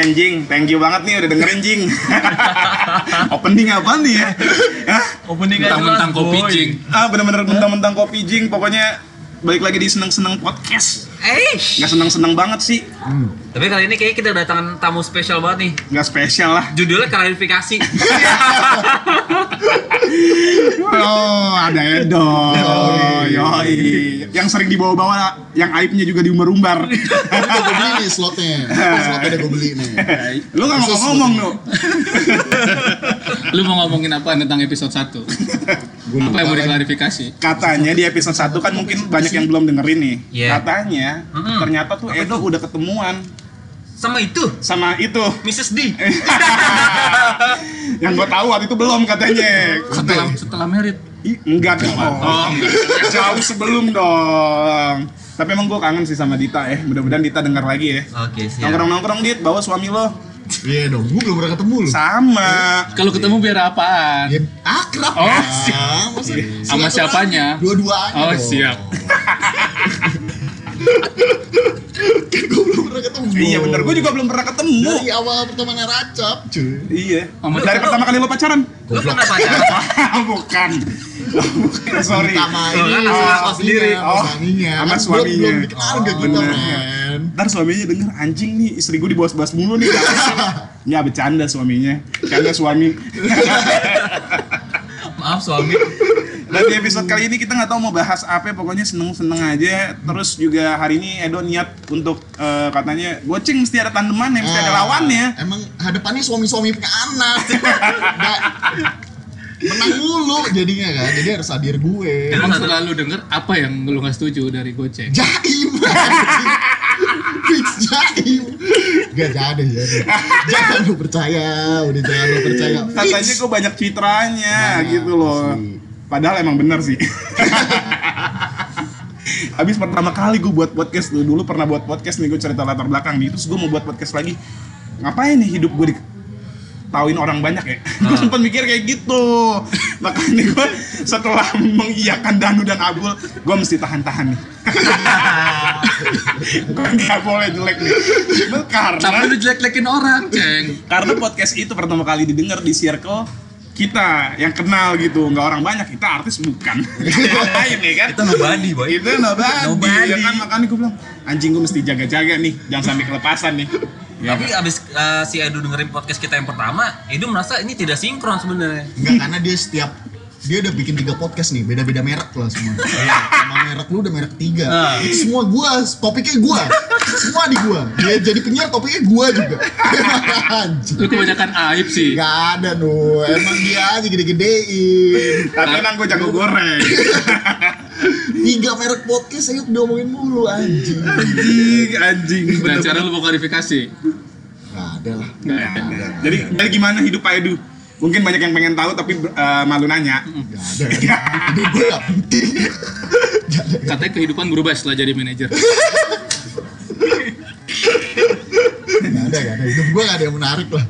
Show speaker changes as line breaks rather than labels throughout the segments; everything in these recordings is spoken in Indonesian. Anjing, Eh, thank you banget nih udah dengerin Jing. Opening apaan nih ya? Hah?
Opening aja
Mentang-mentang kopi jing.
ah bener-bener mentang-mentang kopi Jing, pokoknya balik lagi di seneng-seneng podcast.
Eh,
Nggak seneng-seneng banget sih,
tapi kali ini kayaknya kita kedatangan tamu spesial banget nih.
nggak spesial lah.
Judulnya klarifikasi.
Oh, ada Edo. Yoi. Yang sering dibawa-bawa, yang aibnya juga diumbar-umbar.
Ini udah gue beli nih slotnya. Slotnya udah gue beli nih.
Lu nggak mau ngomong lu.
Lu mau ngomongin apa tentang episode 1?
Gua
apa yang
lupa
mau
lagi.
diklarifikasi?
Katanya di episode 1 kan mungkin banyak yang belum dengerin nih.
Iya.
Katanya
Mm-mm.
ternyata tuh Edo udah ketemuan
Sama itu,
sama itu.
Mrs. D.
yang gue tahu waktu itu belum katanya.
Setelah setelah merit.
Ih, enggak dong. Jauh sebelum dong. Tapi emang gue kangen sih sama Dita ya. Mudah-mudahan Dita dengar lagi ya.
Oke,
Iya.
siap.
Nongkrong-nongkrong Dit, bawa suami lo.
Iya dong, gue belum pernah ketemu lu.
Sama.
Kalau ketemu biar apaan?
Ya, akrab
Oh,
lah.
sih.
Masa silaturahmi?
Sama siapanya?
Dua-duanya
Oh,
dong.
siap.
Kan gue belum pernah ketemu.
Iya bener, gue juga belum pernah ketemu.
Dari awal pertemanan racap, cuy.
Iya.
Iya, Sama
Dari
Dita.
pertama kali lo pacaran?
Lu pernah pacaran?
Bukan. Bukan, sorry.
Sama
Oh, kan
ini, Iya, sama
sama
suaminya,
sendiri.
sama
Oh,
suaminya.
sama
Kan belum-
suaminya. Oh,
Belum dikenal gitu kan. gak kita,
Bener.
men.
kan. Ntar suaminya denger anjing nih istri gue dibahas-bahas mulu nih. Nggak bercanda suaminya. Karena suami.
Maaf suami.
Dan di episode kali ini kita nggak tahu mau bahas apa, pokoknya seneng-seneng aja. Terus juga hari ini Edo niat untuk eh, katanya goceng mesti ada tandemannya, mesti ada
Ah,
lawannya.
Emang hadapannya suami-suami punya anak. Nggak- Menang mulu jadinya kan. Jadi harus hadir gue.
Emang selalu denger apa yang lu nggak setuju dari Goceng?
Jaim. Fix jaim. Gak jadi ya. Jangan lu percaya, udah jangan lu percaya.
Katanya gue banyak citranya
Banyak,
gitu loh.
asli.
Padahal emang bener sih. Habis pertama kali gue buat podcast tuh, dulu pernah buat podcast nih gue cerita latar belakang nih, terus gue mau buat podcast lagi. Ngapain nih hidup gue di tauin orang banyak ya? gue sempat mikir kayak gitu. Makanya gue setelah mengiyakan Danu dan Abul, gue mesti tahan-tahan nih. gue nggak boleh jelek nih. Cuma Karena
Tapi lu jelek-jelekin orang, Ceng.
karena podcast itu pertama kali didengar di circle kita yang kenal gitu nggak orang banyak kita artis bukan orang lain ya kan
Kita nobody, boy.
itu nobody,
Nobody.
ya kan makanya gue bilang anjing gue mesti jaga-jaga nih jangan sampai kelepasan nih ya,
Tapi abis eh, si Edu dengerin podcast kita yang pertama, Edu merasa ini tidak sinkron sebenarnya.
Enggak karena dia setiap dia udah bikin tiga podcast nih, beda-beda merek lah semua. Iya, sama merek lu udah merek tiga. Semua gua, topiknya gua. Semua di gua. Dia jadi penyiar topiknya gua juga. Anjing.
Lu kebanyakan aib sih. Nah,
Gak ada no, emang dia aja gede-gedein.
tapi emang gue jago goreng
Tiga merek podcast ayo diomongin mulu anjing.
anjing anjing
Dan
bener-bener.
cara lu mau klarifikasi. Nah,
Gak ada lah.
Nggak ada.
jadi jadi gimana hidup Pak Edu mungkin banyak yang pengen tahu tapi eh, malu nanya
Gak ada. Hidup gue gak penting. Gak ada.
Katanya kehidupan berubah setelah jadi manajer.
Gak ada, gak ada. Hidup gue gak ada yang menarik lah.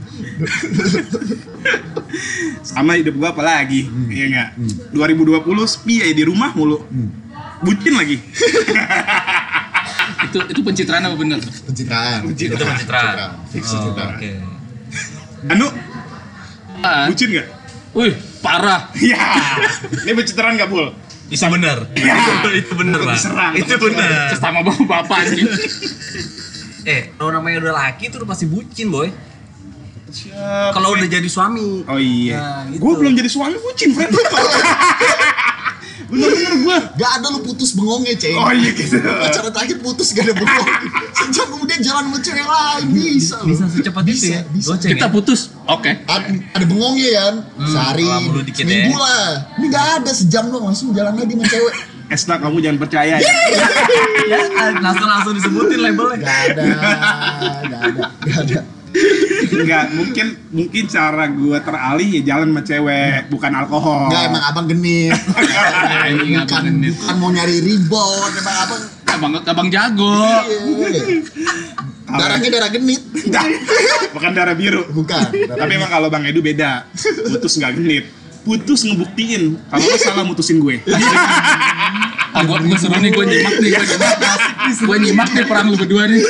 sama hidup gue apa lagi iya nggak 2020 sepi ya di rumah mulu bucin lagi
itu itu pencitraan apa bener?
Pencitraan.
Pencitraan.
Itu pencitraan.
Fix
Oh,
pencitraan.
Oke.
Anu
Apaan?
bucin nggak
Wih, parah.
Iya. Ini pencitraan gak, Bul?
Itu benar. Itu benar lah.
Iya. Diserang.
Itu benar.
Sama bapak-bapak anjing.
Eh, kalau namanya udah laki itu udah pasti bucin, boy. Kalau udah jadi suami.
Oh iya.
Nah, gitu.
Gue belum jadi suami bucin, friend. Bener-bener gue.
Gak ada lu putus bengongnya, Ceng.
Oh iya gitu.
Acara terakhir putus gak ada bengong. Sejam kemudian jalan sama cewek lain. Bisa lu.
Bisa secepat itu
Bisa,
ya.
bisa.
Goceng
Kita
ya?
putus. Oke.
Ad- ada bengongnya ya kan? Sehari,
kalau perlu Hmm, dikit
seminggu
ya.
lah. Ini gak ada, sejam doang langsung jalan lagi sama cewek.
Esta, kamu jangan percaya ya.
ya langsung langsung disebutin labelnya
Gak ada, gak ada, gak ada.
Enggak, mungkin mungkin cara gue teralih ya jalan sama cewek, bukan alkohol.
Gak emang abang genit.
Anjing
Iya,
bukan,
abang genit.
bukan mau nyari rebound, emang abang
Abang abang jago.
Iya. Darahnya darah gitu. genit.
Dah, bukan darah biru.
Bukan. darah
Tapi emang kalau Bang Edu beda. Putus nggak genit. Putus ngebuktiin kalau lo salah mutusin gue.
Ah, gua, gua seru nih, gua Iya. nyimak nih, gua nyimak. Gua nyimak nih perang lu berdua nih.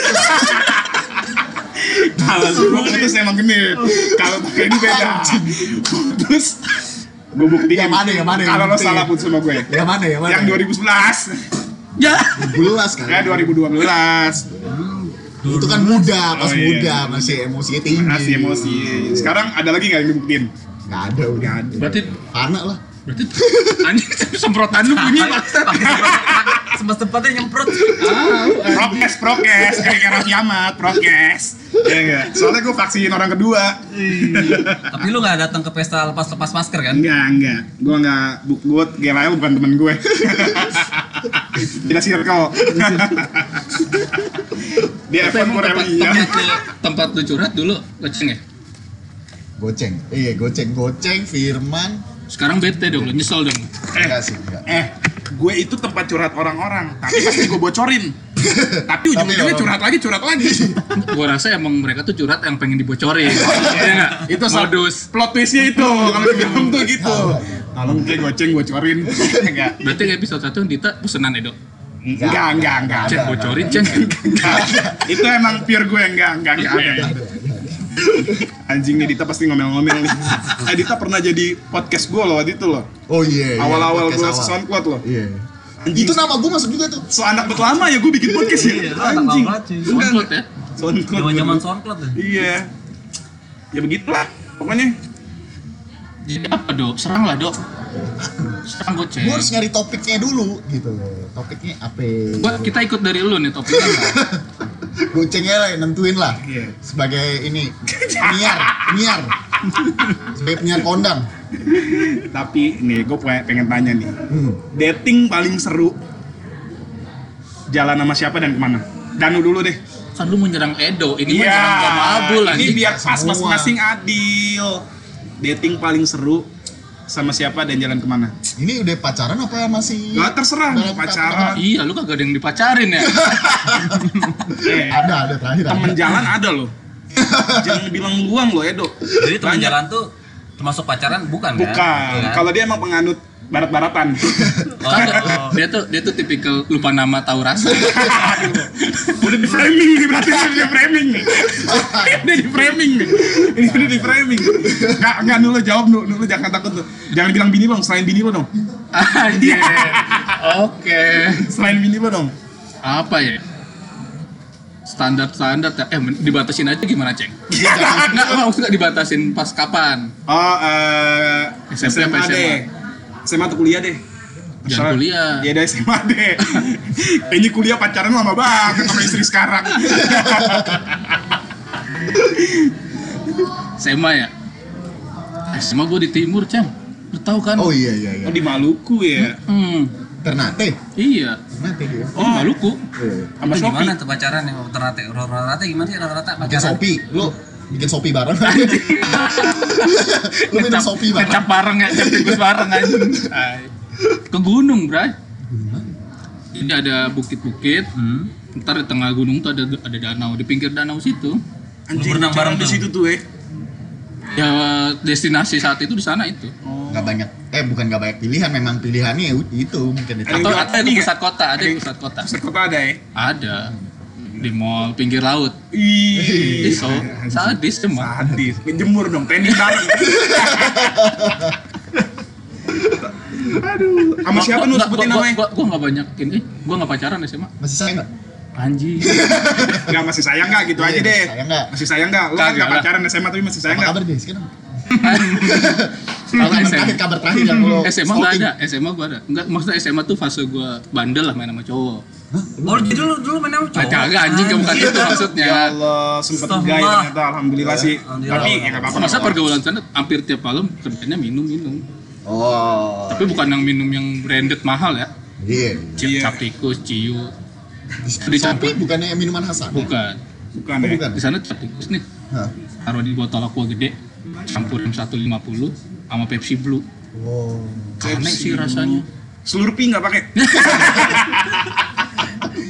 Kalau gue putus emang genit. Kalau pakai ini beda. Putus gue buktiin.
Yang mana, yang mana, yang
Kalau lo
penting.
salah putus sama gue.
Yang mana, yang mana?
Yang 2011.
Ya.
Belas kan?
Ya 2012.
Itu kan muda,
Oh,
pas
iya.
muda, masih emosinya tinggi.
Masih emosi. Sekarang ada lagi nggak yang dibuktiin?
Nggak ada udah.
Berarti
Anak lah.
berarti anjing semprotan lu bunyi maksud.
Semesta tempatnya nyemprot.
Prokes, prokes, kayak Raffi Ahmad, prokes. Iya enggak? Soalnya gue vaksin orang kedua.
Tapi lu nggak datang ke pesta lepas-lepas masker kan?
Enggak, enggak. Gue enggak bu- gue Gelael bukan temen gue. Tidak circle. Dia
Tapi
effort
emang
gue
tempat
rally ya.
tempat lu, tempat lu curhat dulu goceng ya.
Goceng. Iya, goceng, goceng, Firman.
Sekarang bete dong lu, nyesel dong.
Enggak sih, enggak.
Eh, gue itu tempat curhat orang-orang, tapi pasti gue bocorin. Tapi ya, ujung-ujungnya
orang-
curhat lagi, curhat lagi.
Gua rasa emang mereka tuh curhat yang pengen dibocorin. Iya enggak?
itu sal-
modus.
Plot twistnya itu kalau di film tuh gitu. Tolong kayak goceng bocorin. Enggak.
Berarti episode 1 Dita pesenan ya, Dok.
Enggak, enggak, enggak.
Ceng bocorin, Ceng.
Enggak. Itu emang pure gue enggak, enggak, enggak
Iya,
ada. Anjing nih Dita pasti ngomel-ngomel nih. Eh Dita pernah jadi podcast gue loh waktu itu loh.
Oh iya. iya,
Awal-awal
podcast
gue
awal.
season kuat loh.
Iya.
Anjing.
Itu nama gue masuk juga tuh.
So anak berlama ya gue bikin podcast ya.
Iya, lu anak
Anjing.
lama banget, cuy.
Enggak,
Soundcloud ya.
Soundcloud.
Zaman-zaman soundcloud tuh.
Iya. Ya begitulah. Pokoknya
Jadi apa, Dok? Serang lah, Dok. Serang goceng.
Gue harus nyari topiknya dulu gitu. Topiknya apa?
Buat kita ikut dari lu nih topiknya.
Gocengnya lah yang nentuin lah.
Iya.
Sebagai ini niar, niar. Sebagai penyiar kondang.
tapi nih gue pengen tanya nih.
Hmm.
Dating paling seru jalan sama siapa dan kemana? Danu dulu deh.
kan lu menyerang Edo, ini mah nyerang gak mabul
Iya, ini
anjing.
biar pas
Semua.
masing-masing adil. Dating paling seru sama siapa dan jalan kemana?
Ini udah pacaran apa masih?
Gak terserah mau
Dalam
pacaran.
Iya, lu kagak ada yang dipacarin ya.
Eh,
Ada, ada terakhir. ada.
temen jalan ada loh. Jangan bilang buang loh Edo.
Jadi teman
Banyak.
jalan tuh termasuk pacaran bukan
Bukan.
kan? Iya kan?
Kalau dia emang penganut barat-baratan.
Oh, oh.
dia tuh dia tuh tipikal lupa nama tahu rasa.
udah di framing nih berarti udah di framing nih. udah di framing nih. Ini udah di framing. Enggak enggak dulu jawab dulu dulu jangan takut tuh. Jangan bilang bini bang, selain bini lo dong.
Anjir. Iya. Oke.
Selain bini lo dong.
Apa ya? Standar-standar ya. eh men- dibatasin aja gimana, Ceng? Enggak, maksudnya dibatasin pas kapan?
Oh, eh
SMP apa
SMA deh. SMA atau kuliah deh. Terserah.
kuliah.
Iya dari SMA deh. Kayaknya kuliah pacaran lama banget sama istri sekarang.
SMA ya? Eh, SMA gua di timur, Ceng. Lu tahu kan?
Oh iya iya iya.
Oh di Maluku ya.
Hmm,
Ternate.
iya.
Ternate dia.
Oh, Maluku.
Iya.
Sama
Itu
Shopee.
gimana tuh pacaran yang rata-rata? Rata-rata gimana sih rata-rata
Bikin
pacaran?
sopi. Lu bikin sopi bareng. Lu minum
Ngecap-
sopi
ngecap
bareng.
bareng ya, ngecap tikus bareng anjing. Ay. Ke gunung, Bray. Ini ada bukit-bukit.
Hmm.
Ntar di tengah gunung tuh ada ada danau. Di pinggir danau situ,
Anjing
Berenang
pacaran
bareng
di
tuh.
situ tuh eh.
ya destinasi saat itu di sana itu.
Gak banyak. Eh bukan gak banyak pilihan. Memang pilihannya itu mungkin ya. itu.
Ada yang
Atau
jual
ada
ini
di
nggak?
pusat kota, ada
Ada
di
yang-
pusat kota.
Pusat kota ada ya.
Ada di mall pinggir laut.
Ih,
Ih, so sadis cuma.
sadis. Ngejemur dong, training bareng. Aduh, sama siapa nu sebutin namanya?
Gua gua enggak banyak ini. Gua enggak pacaran SMA.
Masih sayang gak?
Anjing.
Enggak masih sayang enggak gitu aja
Iya,
deh.
sayang nggak?
Masih sayang enggak? Lu kan
Kagak
enggak
lah.
pacaran SMA tapi masih sayang
Apa
enggak?
kabar dia sekarang?
Kalau
kabar
SMA
terakhir, kabar terakhir
Hmm,
yang lo
SMA enggak ada, SMA gua ada. Enggak, maksudnya SMA tuh fase gua bandel lah main sama cowok.
Oh, jadi dulu dulu main sama cowok.
Kagak kagak, anjing bukan itu maksudnya.
Ya Allah, sempet
Astaga.
gay ternyata alhamdulillah sih.
Alhamdulillah.
Tapi ya enggak apa-apa.
Iya, Masa
nggak apa-apa.
pergaulan sana hampir tiap malam kerjanya minum-minum.
Oh.
Tapi bukan yang minum yang branded mahal ya.
Iya.
Cip
Iya.
cap tikus, ciu.
Di sopi bukannya minuman Hasan.
Bukan.
Bukan
Oh,
ya.
bukan.
Di sana cap tikus nih.
Hah.
Taruh di botol aqua gede, campurin 150 sama Pepsi Blue.
Wow.
Aneh
Pepsi
sih rasanya.
Seluruh pi enggak pakai.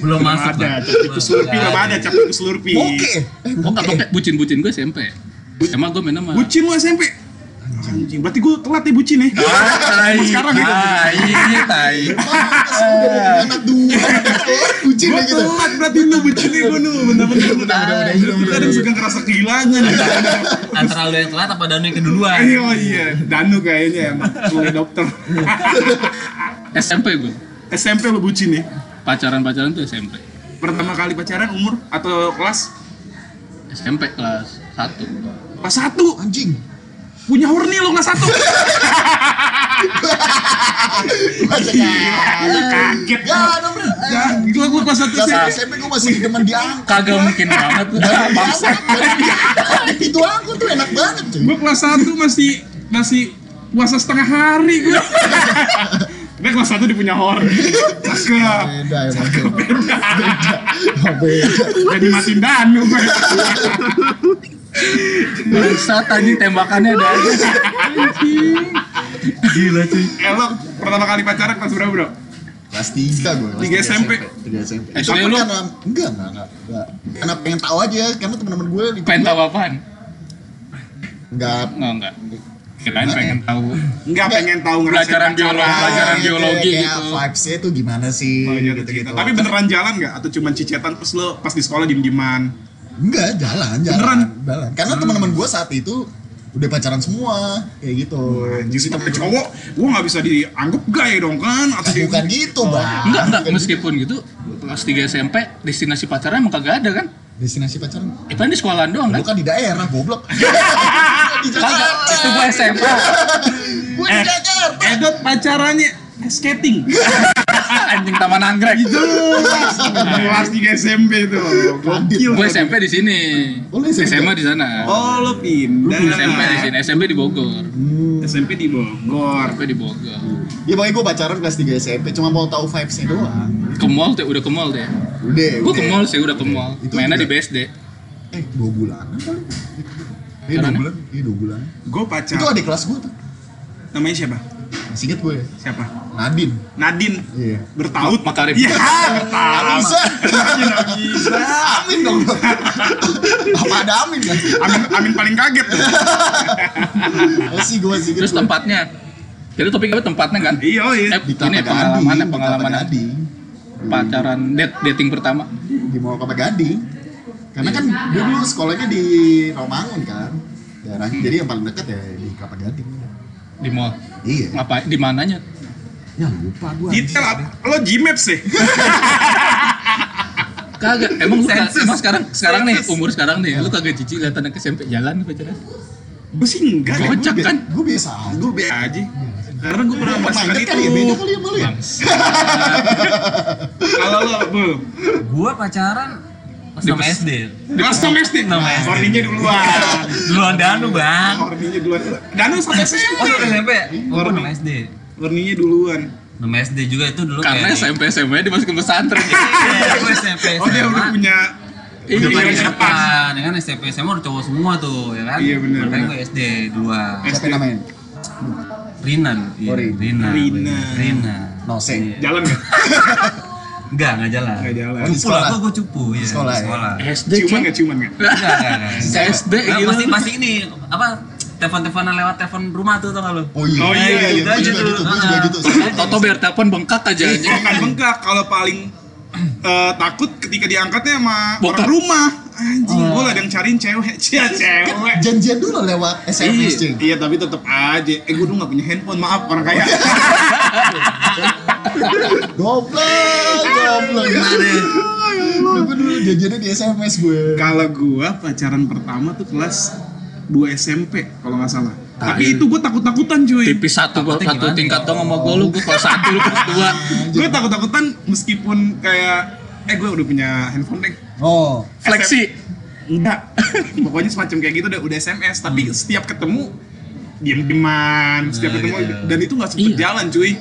Belum masuk.
ada,
kan?
cap tikus seluruh pi enggak ada, cap tikus seluruh pi.
Oh,
Oke. Eh,
Gua nggak pakai bucin-bucin gue SMP. Sama gue main sama
Bucin lu SMP. Anjing, berarti gue telat nih bucin ya.
Tai,
Sekarang gitu.
tai, tai.
Pantes lu udah punya anak dua gitu. Bucin
Gue
deh kita
telat berarti lu bucin nih gue nu. Bener-bener.
Mudah-mudahan
Lu kadang suka ngerasa kehilangan. ya.
Antara lu yang telat apa Danu yang keduluan?
Ayo iya, Danu kayaknya emang sebagai dokter.
SMP gue.
SMP lu bucin nih.
Pacaran-pacaran tuh SMP.
Pertama kali pacaran umur atau kelas
SMP kelas 1.
kelas 1
Anjing
punya horny lo kelas 1
Iya.
kaget
Ya nomor
Ya, gila gua kelas 1
Kelas
sih
SMP gue masih demen diangkut
Kagak mungkin banget.
Dari
Bangsa.
diangkut dari diangkut. Itu aku tuh enak banget cuy
Gua kelas 1 masih masih puasa setengah hari gua Dia kelas 1 dipunya horny Cakep
Beda emang tuh Beda Beda
Jadi matiin danu gua.
Bangsa tadi tembakannya ada aja. Gila cuy.
Elok Eh, pertama kali pacaran kelas berapa bro?
Kelas 3 gue
Tiga SMP.
3 SMP
Eh,
Tapi
tapi lu-
karena Enggak enggak enggak enggak. Karena pengen tahu aja Karena temen-temen gue di
Pengen tahu apaan?
Enggak
Enggak, enggak. Kirain pengen tahu.
Enggak pengen tahu ngerasain
Pelajaran biologi,
pacaran.
pelajaran
Kayak-
biologi
kayak
gitu.
Vibes-nya tuh gimana sih
Oh, iya, ada
gitu-gitu.
cerita. Tapi beneran jalan nggak? Atau cuman cicetan terus lo pas di sekolah diem-dieman?
Enggak, jalan, jalan.
Beneran?
Jalan. Karena
Hmm.
teman-teman gue saat itu udah pacaran semua, kayak gitu.
Anjir, tapi cowok, gua nggak bisa dianggap gay dong kan? Atau di-
Bukan gitu, Bang.
Enggak, enggak.
Bukan
Meskipun gitu, kelas 3 SMP, destinasi pacaran emang kagak ada kan?
gitu. Destinasi pacaran.
Itu kan di sekolahan doang kan?
Bukan di daerah, goblok.
Iya.
di
Kagak,
Jakarta.
itu gue SMA.
Gue di Jakarta.
Edot pacarannya skating.
Ah, Anjing Taman Anggrek.
Jelas. Kelas 3 SMP itu. Gokil.
Gue SMP di sini.
Oh, Nah, lu SMP?
SMA di sana.
Oh, lo pindah.
SMP di sini, SMP di Bogor.
SMP di Bogor.
SMP di Bogor.
Ya makanya gue pacaran kelas 3 SMP, cuma mau tahu vibes-nya doang.
Ke mall teh, udah ke mall teh.
Udah,
Gue
udah.
ke mall sih, udah ke mall.
Itu
Mainnya di
juga.
BSD.
Eh, 2 bulan. Iya, 2
Caranya?
bulan. Iya, 2 bulan.
Gue
Itu
pacar.
adik kelas gue tuh.
Namanya siapa?
Masih inget gue ya.
Siapa?
Nadine.
Nadine.
Iya.
Bertaut.
Makarim.
Iya, bertaut.
Bisa.
Nggak bisa.
Amin dong. Apa ada amin kan?
Amin, amin paling kaget tuh.
Masih gue masih inget
Terus
gue.
tempatnya. Jadi topik apa tempatnya kan?
Iya, iya.
Eh,
gitu? di Kelapa
ini
Gading,
pengalaman,
di
pengalaman
Kelapa Gading,
pacaran, date, dating pertama.
di Mall Kelapa Gading. Karena kan gue dulu sekolahnya di Romangun kan, daerahnya. Jadi yang paling dekat ya di Kelapa Gading.
Di mall.
Iya.
Ngapain? Di mananya?
Ya lupa gue.
Detail apa? lo Gmaps sih.
Kagak. Emang lu kagak-
Sensus.
emang sekarang sekarang nih
Sensus.
umur sekarang nih, lu kagak jijik lihat anak SMP jalan pacaran?
Gue sih enggak.
Gua- kocak kan?
Gue biasa aja.
Gue be aja. Karena gue pernah
Emang
merasakan
minded
itu.
kali ya, beda kali ya malu ya.
Kalau lo, Bul.
Gua pacaran pas
Di
sama
pes-
SD.
Kelas domestik.
Nama SD.
Horninya duluan.
Duluan Danu, Bang.
Horninya duluan. Danu sampai
Oh, lu
SMP.
SMP? Oh, gua nama SD.
Horninya duluan.
Nama SD juga itu dulu
Karena
kayak-
SMP SMA dimasukin pesantren.
Iya, gua SMP.
Oh dia udah
SMA.
punya
Iya,
Udah paling
iya.
depan, ya kan SMP SMA udah cowok semua tuh, ya kan?
Iya, bener,
Makanya
bener.
gue SD dua.
Siapa yang namanya?
Rinan, iya,
Oh, Rinan.
Rinan,
Rinan.
Rinan.
Noseng.
jalan ya? nggak?
Enggak, enggak jalan.
Nggak jalan.
Di
Cupu lah,
sekolah.
gue gue cupu, ya.
Sekolah, ya?
Sekolah.
SD
Ciuman nggak? Ciuman ya? nggak?
Enggak, enggak, enggak.
Saya Iya.
SD
Nah,
gitu.
pasti pasti ini apa telepon-teleponan lewat telepon rumah tuh tau gak lu?
Oh iya,
Oh iya, iya,
gue
gitu
juga
aja
gitu,
dulu.
gue juga
Ah.
gitu.
Toto biar telepon bengkak aja anjing.
Bukan bengkak. Kalau paling eh, takut ketika diangkatnya sama
Bokap.
orang rumah. Anjing, gue ada yang cariin cewek. Cia, cewek.
Janjian dulu lewat SMS cuy.
Iya tapi tetep aja. Eh gue dulu nggak punya handphone. Maaf orang kaya.
Goblok, goblok.
Gimana?
Gue dulu jajannya di SMS gue.
Kalau gue pacaran pertama tuh kelas 2 SMP kalau nggak salah. Tapi
Tahin.
itu gue takut-takutan cuy.
Tipis satu gua-
Takutnya
satu
gimana?
tingkat dong sama gua lu, gua kelas satu lu kelas dua.
gue takut-takutan meskipun kayak eh gue udah punya handphone deh
Oh,
Fleksi.
enggak pokoknya semacam kayak gitu udah udah sms tapi setiap ketemu diem dieman setiap
Ah,
ketemu
gitu.
dan itu nggak sempet
Iya.
jalan cuy
Iya,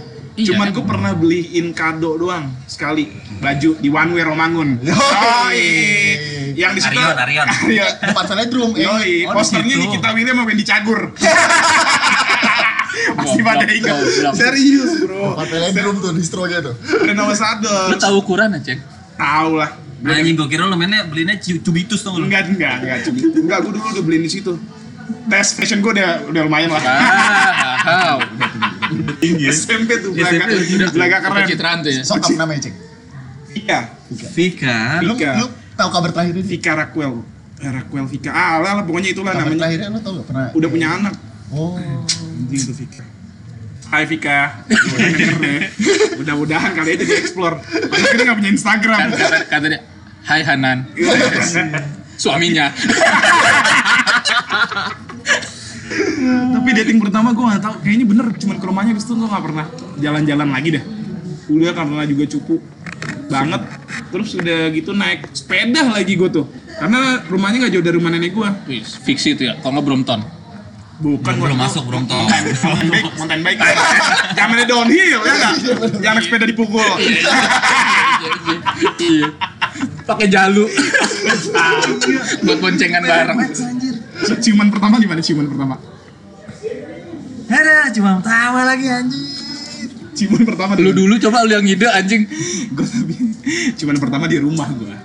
cuman
emang.
gue pernah beliin kado doang sekali baju di one way romangun
Yoi.
Yoi. yang di
Arion, Arion.
Arion.
depan velodrome. eh.
Iya. Yoi,
Oh, di
posternya
situ.
Nikita Willy sama Wendy Cagur. Pasti pada
Goblok,
ingat.
goblok.
Serius, bro.
Depan velodrome tuh distronya tuh.
Udah nomor
Lu
satu.
tahu ukuran aja.
Tahu lah.
Nah, Anjing gue kira lu mainnya belinya cu- cubitus tau gak lu?
Enggak, enggak, enggak. Cumi. Enggak, gue dulu udah beliin di situ. tes fashion gue udah udah lumayan lah.
Ah,
Tinggi. SMP tuh
Iya,
belaga,
tapi udah
belaga keren.
Pencitraan tuh ya.
Sokap namanya cek.
Iya.
Vika.
Lu,
Vika.
lu tahu kabar terakhir ini?
Vika Raquel. Eh, Raquel Vika. Ah, lah, lah pokoknya itulah
Kabar
namanya.
terakhirnya lu tau gak pernah?
Udah punya anak.
Oh.
Anjing tuh Vika. Hai Vika. Udah denger deh. Mudah-mudahan kali aja di explore. Padahal kita nggak punya Instagram.
Kan kata, kata dia, Hai Hanan, suaminya.
Tapi dating pertama gue nggak tahu. Kayaknya bener. Cuman ke rumahnya abis itu gue nggak pernah jalan-jalan lagi dah. Udah karena juga cupu banget. Terus udah gitu naik sepeda lagi gue tuh. Karena rumahnya nggak jauh dari rumah nenek gue.
Wih, fiksi itu ya, kalau nggak Brompton.
Bukan
Belum
gua-
masuk, belum tau.
mountain bike, mountain bike. Zamannya downhill ya enggak? Yang naik sepeda dipukul.
Iya. Pakai jalu. Buat boncengan bareng.
Ciuman pertama gimana ciuman pertama?
Ada cuma tawa lagi anjing.
Ciuman pertama
Lu dulu coba lu yang ngide anjing.
Gue tapi ciuman pertama di rumah gua.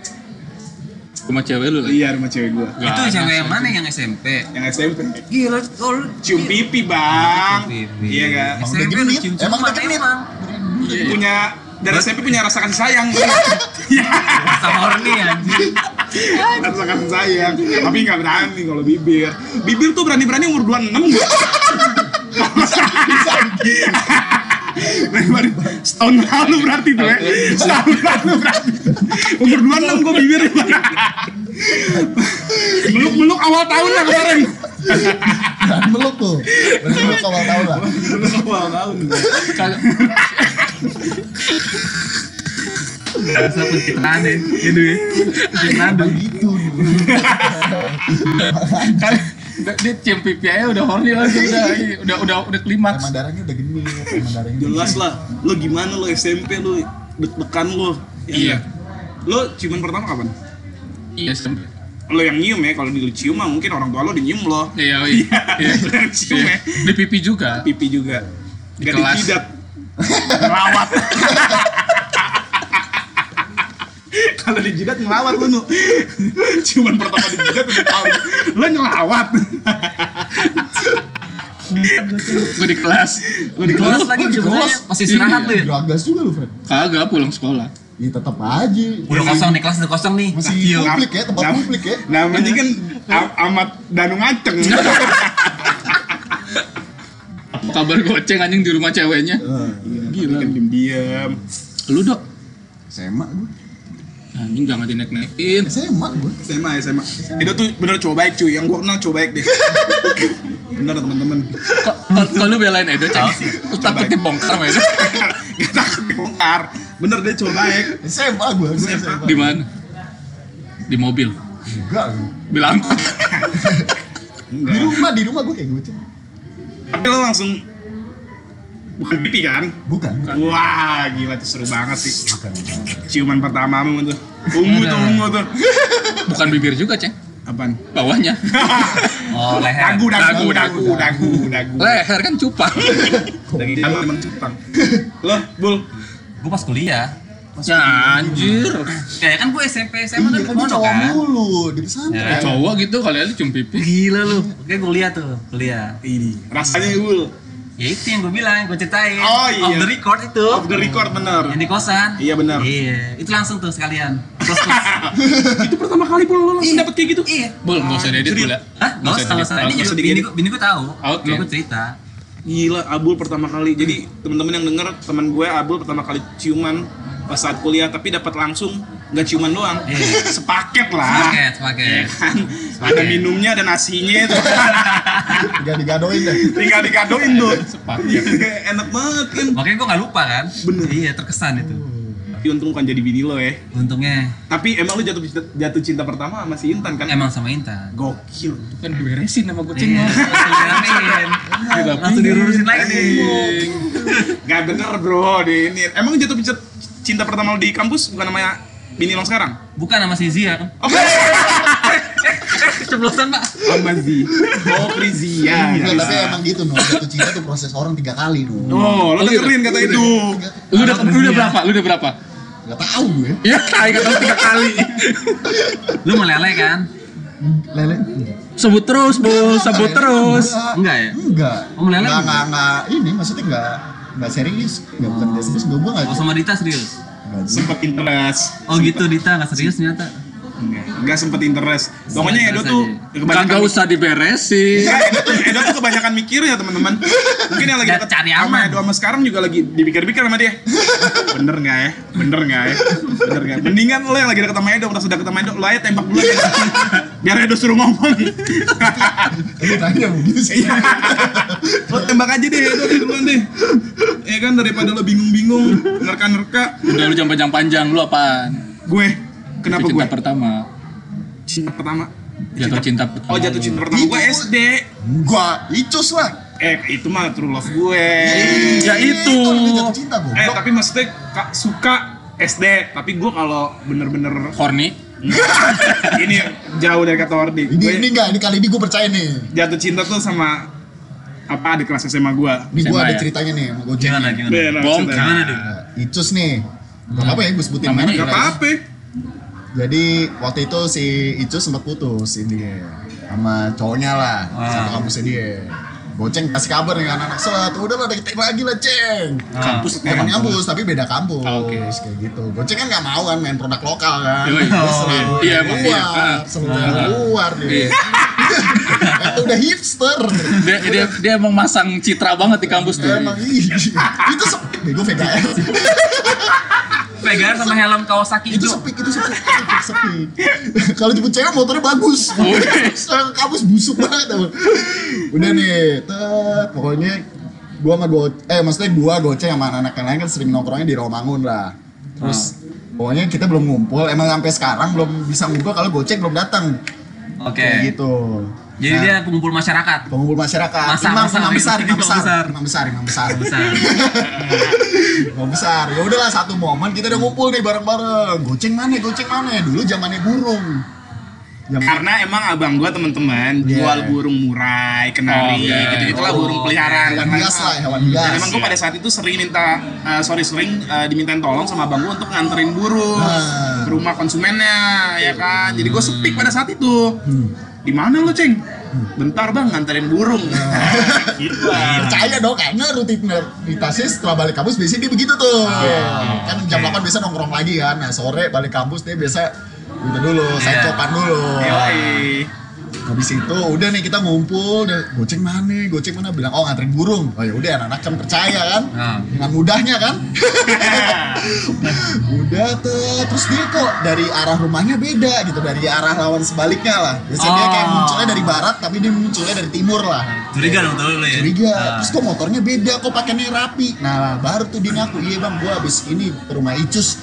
Rumah cewek lu lagi.
Iya, rumah cewek gua.
Itu cewek yang mana yang SMP?
Yang SMP.
Gila, oh, lu
Cium pipi, Bang.
Cium pipi.
Iya enggak?
Emang udah
SMP lu
genit.
cium
Emang udah genit.
emang.
Punya dari SMP punya rasa kasih sayang.
Iya. Rasa horny anjing.
Rasa kasih sayang. Tapi enggak berani kalau bibir. Bibir tuh berani-berani umur 26 gua. Lebar setahun lalu berarti tuh ya. Setahun lalu berarti. Umur 26 gue bibir. Meluk-meluk awal tahun lah kemarin.
Berani meluk tuh. Berani meluk awal tahun lah.
awal tahun.
Kagak-
Rasa pencitraan ya. Gitu ya. Pencitraan
Emang gitu.
Kan dia- dia cium pipi aja udah horny langsung udah iya, udah udah udah klimaks.
Emang darahnya udah genit. Emang darahnya udah
Jelas
genit.
lah. Lo gimana lo SMP lo deg-degan lo. Ya
Iya.
nggak? Lo ciuman pertama kapan?
Iya, sem-
Lo yang nyium ya, kalau di cium mah mungkin orang tua lo dinyium lo.
Iya, iya. Iya.
Lo yang cium ya.
Di pipi juga.
Pipi juga.
Di
Gak
kelas.
dicidat. Ngelawat. Kalau dijidat ngelawat lu, Nu. Cuman pertama dijidat udah tahu. Lu ngelawat.
Gue di kelas.
Lu di kelas
Kelas lagi sebenarnya masih istirahat
Iya.
tuh ya.
Geragas juga lu, Fred.
Kagak pulang sekolah.
Ya tetep aja.
Udah kosong nih, kelas udah kosong nih.
Masih
Iya.
publik ya, tempat
Nah.
publik ya.
namanya kan A- Amat Danu Ngaceng.
Kabar goceng anjing di rumah ceweknya.
Eh,
Gila kan diam-diam.
Lu dok.
SMA gue.
Anjing jangan di naik-naikin.
SMA gue.
SMA SMA. Itu tuh bener cowok baik cuy, yang gua kenal cowok baik deh. bener teman-teman.
Kok- kok- Kok lu belain Edo cek? Lu takut dibongkar sama Edo?
Gak takut dibongkar. Bener dia cowok baik.
SMA gue. Gue SMA.
Di mana? Di mobil.
Enggak. gua.
Bilang.
Di rumah, di rumah gue kayak gitu.
Tapi lo langsung bukan pipi kan?
Bukan.
Wah, gila tuh seru banget sih. Ciuman pertamamu tuh. Ungu tuh, ungu tuh.
Bukan bibir juga cek.
Apaan?
Bawahnya.
Oh, leher.
Dagu, dagu,
Dagu,
dagu,
dagu.
dagu, dagu.
Leher kan cupang.
Daging dagu emang cupang. Lo, Bul.
Gue pas kuliah.
Ya anjir.
Kayak kan gue SMP, SMA kan
Iya kan
di
dia
pondok
cowok
kan.
mulu di pesantren. Iya,
Ya, cowok gitu kali aja cium pipi.
Gila lu. Oke, kuliah tuh, kuliah.
Ini. Rasanya Bul.
Ya itu yang gue bilang, gue ceritain.
Oh, iya.
Off the record itu.
Off the record
Yang
bener.
di kosan.
Iya, benar.
Iya, itu langsung tuh sekalian. Terus terus.
Itu pertama kali Bul lo langsung dapet kayak gitu.
iya.
Bol, nggak usah diedit
Serius?
pula.
Hah? Gak usah, gak usah. Ini
Nggak
juga
usah
bini
diedit.
gue, bini gue tahu.
Out, ya?
Gue cerita.
Gila, Abul pertama kali. Jadi teman-teman yang denger, teman gue Abul pertama kali ciuman pas saat kuliah tapi dapat langsung nggak ciuman doang
Iya.
sepaket lah
Paket, paket.
kan ada minumnya ada nasinya tuh
Tinggal digadoin deh.
tinggal dikadoin tuh
Sepaket.
enak banget kan
Makanya gue gak lupa kan.
Bener.
Iya, terkesan itu.
Tapi untung bukan jadi bini lo ya
Untungnya
tapi emang lo jatuh cinta, jatuh cinta pertama sama si Intan kan
emang sama Intan.
gokil
Bukan diberesin sama kucing.
Iya, langsung diramein. Langsung dilurusin lagi nih.
nggak bener bro di ini emang jatuh cinta, cinta pertama lo di kampus bukan namanya bini lo sekarang
Bukan sama si Zia.
oke
Ceplosan, Pak.
sama si oh Prizia
Enggak, tapi emang gitu no. Jatuh cinta tuh proses orang tiga kali no.
oh lo
Iya.
Oh, gitu.
dengerin kata itu
Lu udah lu udah berapa? Lu udah berapa?
Enggak tahu gue.
Ya, kayak kata tiga kali.
Lu meleleh kan?
lele
Sebut terus, Bu. Sebut terus. Enggak ya?
enggak
Om Lele
enggak
enggak?
enggak enggak ini maksudnya enggak enggak serius enggak bukan enggak serius gue gue enggak
Oh sama Dita serius?
enggak-
sempet interest
Oh gitu Dita nggak serius ternyata.
nggak sempet interest pokoknya Edo
Interest
tuh
Kagak
kebanyakan-
kan usah diberesin.
Iya, Edo tuh, Edo tuh kebanyakan mikirnya teman-teman. Mungkin yang lagi
Dan
deket
cari
sama
aman.
Edo sama sekarang juga lagi dipikir-pikir sama dia. Bener nggak ya? Bener nggak ya? Bener nggak? Mendingan lo yang lagi deket sama Edo, udah sudah deket sama Edo, lo aja tembak dulu. aja. Biar Edo suruh ngomong.
Lu tanya mungkin sih
Iya. lo Oh, tembak aja deh Edo deh duluan deh. Ya kan daripada lo bingung-bingung, nerka-nerka.
Udah lu jangan panjang panjang lu apaan?
Gue, kenapa
Jatuh
gue?
cinta pertama.
Cinta pertama.
Jatuh cinta Iya. pertama.
Oh jatuh
lu.
cinta pertama
Itu-
gue SD.
gua icus lah
Eh itu mah true love gue.
Ya itu.
namanya jatuh cinta gua
Eh tapi maksudnya ka- suka SD, tapi gue kalau bener-bener
Horny.
ini jauh dari kata Ordi.
ini ini
Gue
enggak ini kali ini gue percaya nih
jatuh cinta tuh sama apa di kelas SMA gue.
ini gue
SMA
ada
ya?
ceritanya nih sama gojek
Gimana
nih.
gimana?
Bong,
Gimana deh?
Nah, icus nih Gak apa ya gue sebutin
Namanya
merek
Gak
ya.
apa-apa.
Jadi waktu itu si Icus sempat putus ini sama cowoknya lah
Ah.
sama kampusnya dia. Goceng kasih kabar nih anak-anak set, udah lah deketin lagi lah ceng.
Kampus.
Bukan kampus tapi beda kampus
Ah, oke.
kayak gitu. Goceng kan nggak mau kan main produk lokal kan.
Yoi.
Dia
Oh,
selalu
iya. Iya, emang iya.
keluar,
Ah.
selalu keluar dia.
Iya.
Itu udah hipster.
Dia, dia, dia emang masang citra banget di kampus tuh.
Emang iya. Itu sepik bego VKR.
Pegangan sama helm Kawasaki
itu
hijau.
sepi itu sepi sepi, sepi. kalau jemput cewek motornya bagus
Oh, iya.
sekarang kampus busuk banget tau. udah nih tet, pokoknya gua sama gua eh maksudnya gua goceng sama anak-anak yang lain kan sering nongkrongnya di Romangun lah terus
Hmm.
pokoknya kita belum ngumpul emang sampai sekarang belum bisa ngumpul kalau goceng belum datang kayak
Oke.
gitu
Jadi
Nah,
dia pengumpul masyarakat.
pengumpul masyarakat
Masa,
imam,
masa,
imam
iya,
besar imam
imam
besar
besar.
imam besar imam besar
Besar.
Gak besar. Ya udahlah satu momen kita udah ngumpul nih bareng-bareng. Goceng mana? Goceng mana? Dulu zamannya burung. Zaman
Karena emang abang gue teman-teman
Iya.
jual burung murai, kenari,
Oke.
gitu gitulah
Oh,
burung peliharaan
hewan
dan
bias lah,
lain-lain.
hewan
Dan
bias.
emang gue pada saat itu sering minta, eh, sorry sering eh, dimintain tolong sama abang gue untuk nganterin burung
Nah. Iya.
ke rumah konsumennya, ya kan. Jadi gue sepik pada saat itu.
Hmm.
Di mana lo ceng? Bentar bang nganterin burung.
Nah.
Gitu lah.
Iya. Percaya dong karena rutinitasnya setelah balik kampus biasanya dia begitu tuh.
Ah,
kan jam 8 biasa nongkrong lagi kan. Nah, sore balik kampus dia biasa gitu dulu, saya copan dulu.
Iya. Yoi.
Habis itu udah nih kita ngumpul, udah, goceng mana? Goceng mana? Bilang oh nganterin burung. Oh ya udah anak-anak kan percaya kan.
Nah.
Dengan mudahnya kan. udah tuh terus dia kok dari arah rumahnya beda gitu dari arah lawan sebaliknya lah biasanya dia kayak
Oh.
munculnya dari barat tapi dia munculnya dari timur lah
Curiga dong tuh lu ya.
curiga
Ah.
terus kok motornya beda kok pakainya rapi nah baru tuh dia ngaku iya bang gua abis ini ke rumah Icus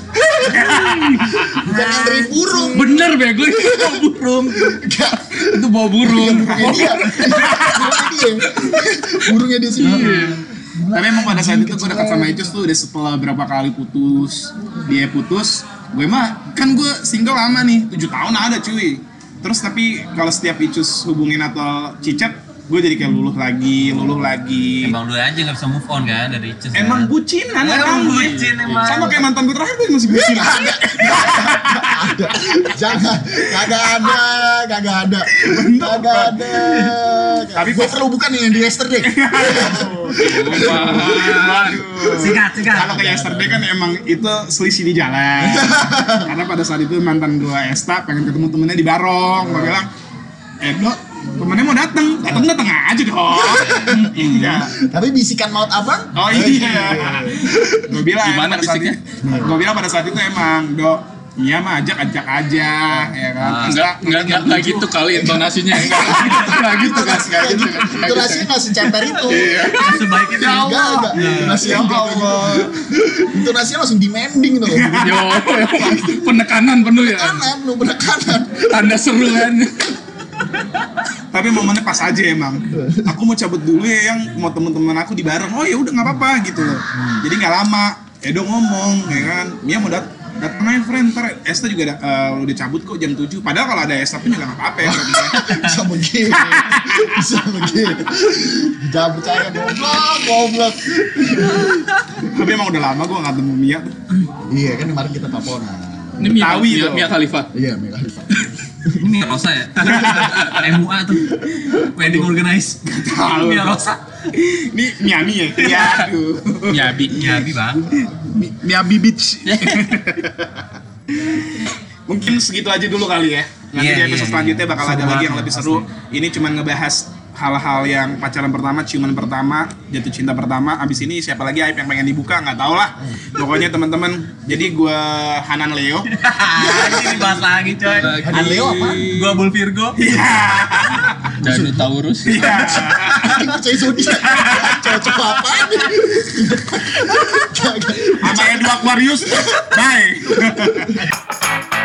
bukan nganterin burung
Bener bego itu bawa burung.
Enggak.
Itu bawa burung.
burungnya dia burungnya dia burungnya dia sendiri
Iya.
Tapi emang pada saat itu gue dekat sama Icus tuh udah setelah berapa kali putus Dia putus, gue mah kan gue single lama nih, 7 tahun ada cuy Terus tapi kalau setiap Icus hubungin atau cicat, gue jadi kayak luluh lagi, luluh lagi
Emang lu aja nggak bisa move on kan dari Ices.
Emang bucinan
Emang
orang gue.
bucin, emang. Iya.
Sama kayak mantan gue terakhir gue masih bucin
ada jangan kagak ada kagak ada kagak ada
Tapi
tapi gue
pas-
perlu bukan nih yang di yesterday
Singkat, singkat.
Kalau kayak yesterday kan emang itu selisih di jalan. Karena pada saat itu mantan gua Esta pengen ketemu temennya di Barong. Gua bilang, eh bro, temennya mau datang, datang datang aja dong. iya.
tapi bisikan maut abang
Oh iya. Gua bilang
Gimana
pada saat
bisiknya?
itu- Gua bilang pada saat itu emang, Dok, Iya mah ajak ajak aja ya kan.
Enggak, enggak, enggak, enggak gitu kali intonasinya. Enggak enggak gitu kan. Enggak gitu. Enggak
itu
gitu.
nasinya nasi ceper itu
Sebaik itu.
Enggak, enggak. Nasi
Iya. Ya
yang
Allah.
itu nasinya langsung demanding tuh
Iya.
Yo, gitu. penekanan penuh ya.
kanan lu bener kanan
Tanda seru kan.
Tapi momennya pas aja emang. Aku mau cabut dulu ya yang mau temen-temen aku di bareng. Oh ya udah nggak apa-apa gitu loh. Jadi nggak lama. Edo ngomong ya kan. Mia mau dat datang aja friend ntar Esta juga da- eh, udah cabut kok jam 7 padahal kalau ada Esta pun juga nggak apa-apa ya kalau dia.
bisa begitu bisa begitu jangan percaya goblok goblok
tapi emang udah lama gue nggak ketemu Mia
iya kan kemarin kita teleponan
Ini Mia,
Betawi
Mia,
tuh.
Mia Khalifa.
iya Mila
Ini Rosa ya? MUA tuh. Wedding organize.
Tahu.
Ini Rosa.
Ini Miami ya? Iya, aduh.
Nyabi.
Nyabi Ya, bang.
Mi- Miami Beach. Mungkin segitu aja dulu kali ya. Nanti
Iya,
di episode
iya,
selanjutnya
iya.
bakal ada
Seru
lagi
banget,
yang lebih seru. Ini cuman ngebahas hal-hal yang pacaran pertama, ciuman pertama, jatuh cinta pertama. Abis ini siapa lagi aib yang pengen dibuka nggak tau lah. Pokoknya teman-teman. Jadi gua Hanan Leo.
Ini dibahas lagi coy.
Ada Kan
Iya.
Leo apa?
Gua Bul Virgo.
Dan Taurus.
Iya.
Anjing percaya zodiak. Cocok apa nih?
Sama Edward Aquarius. Bye.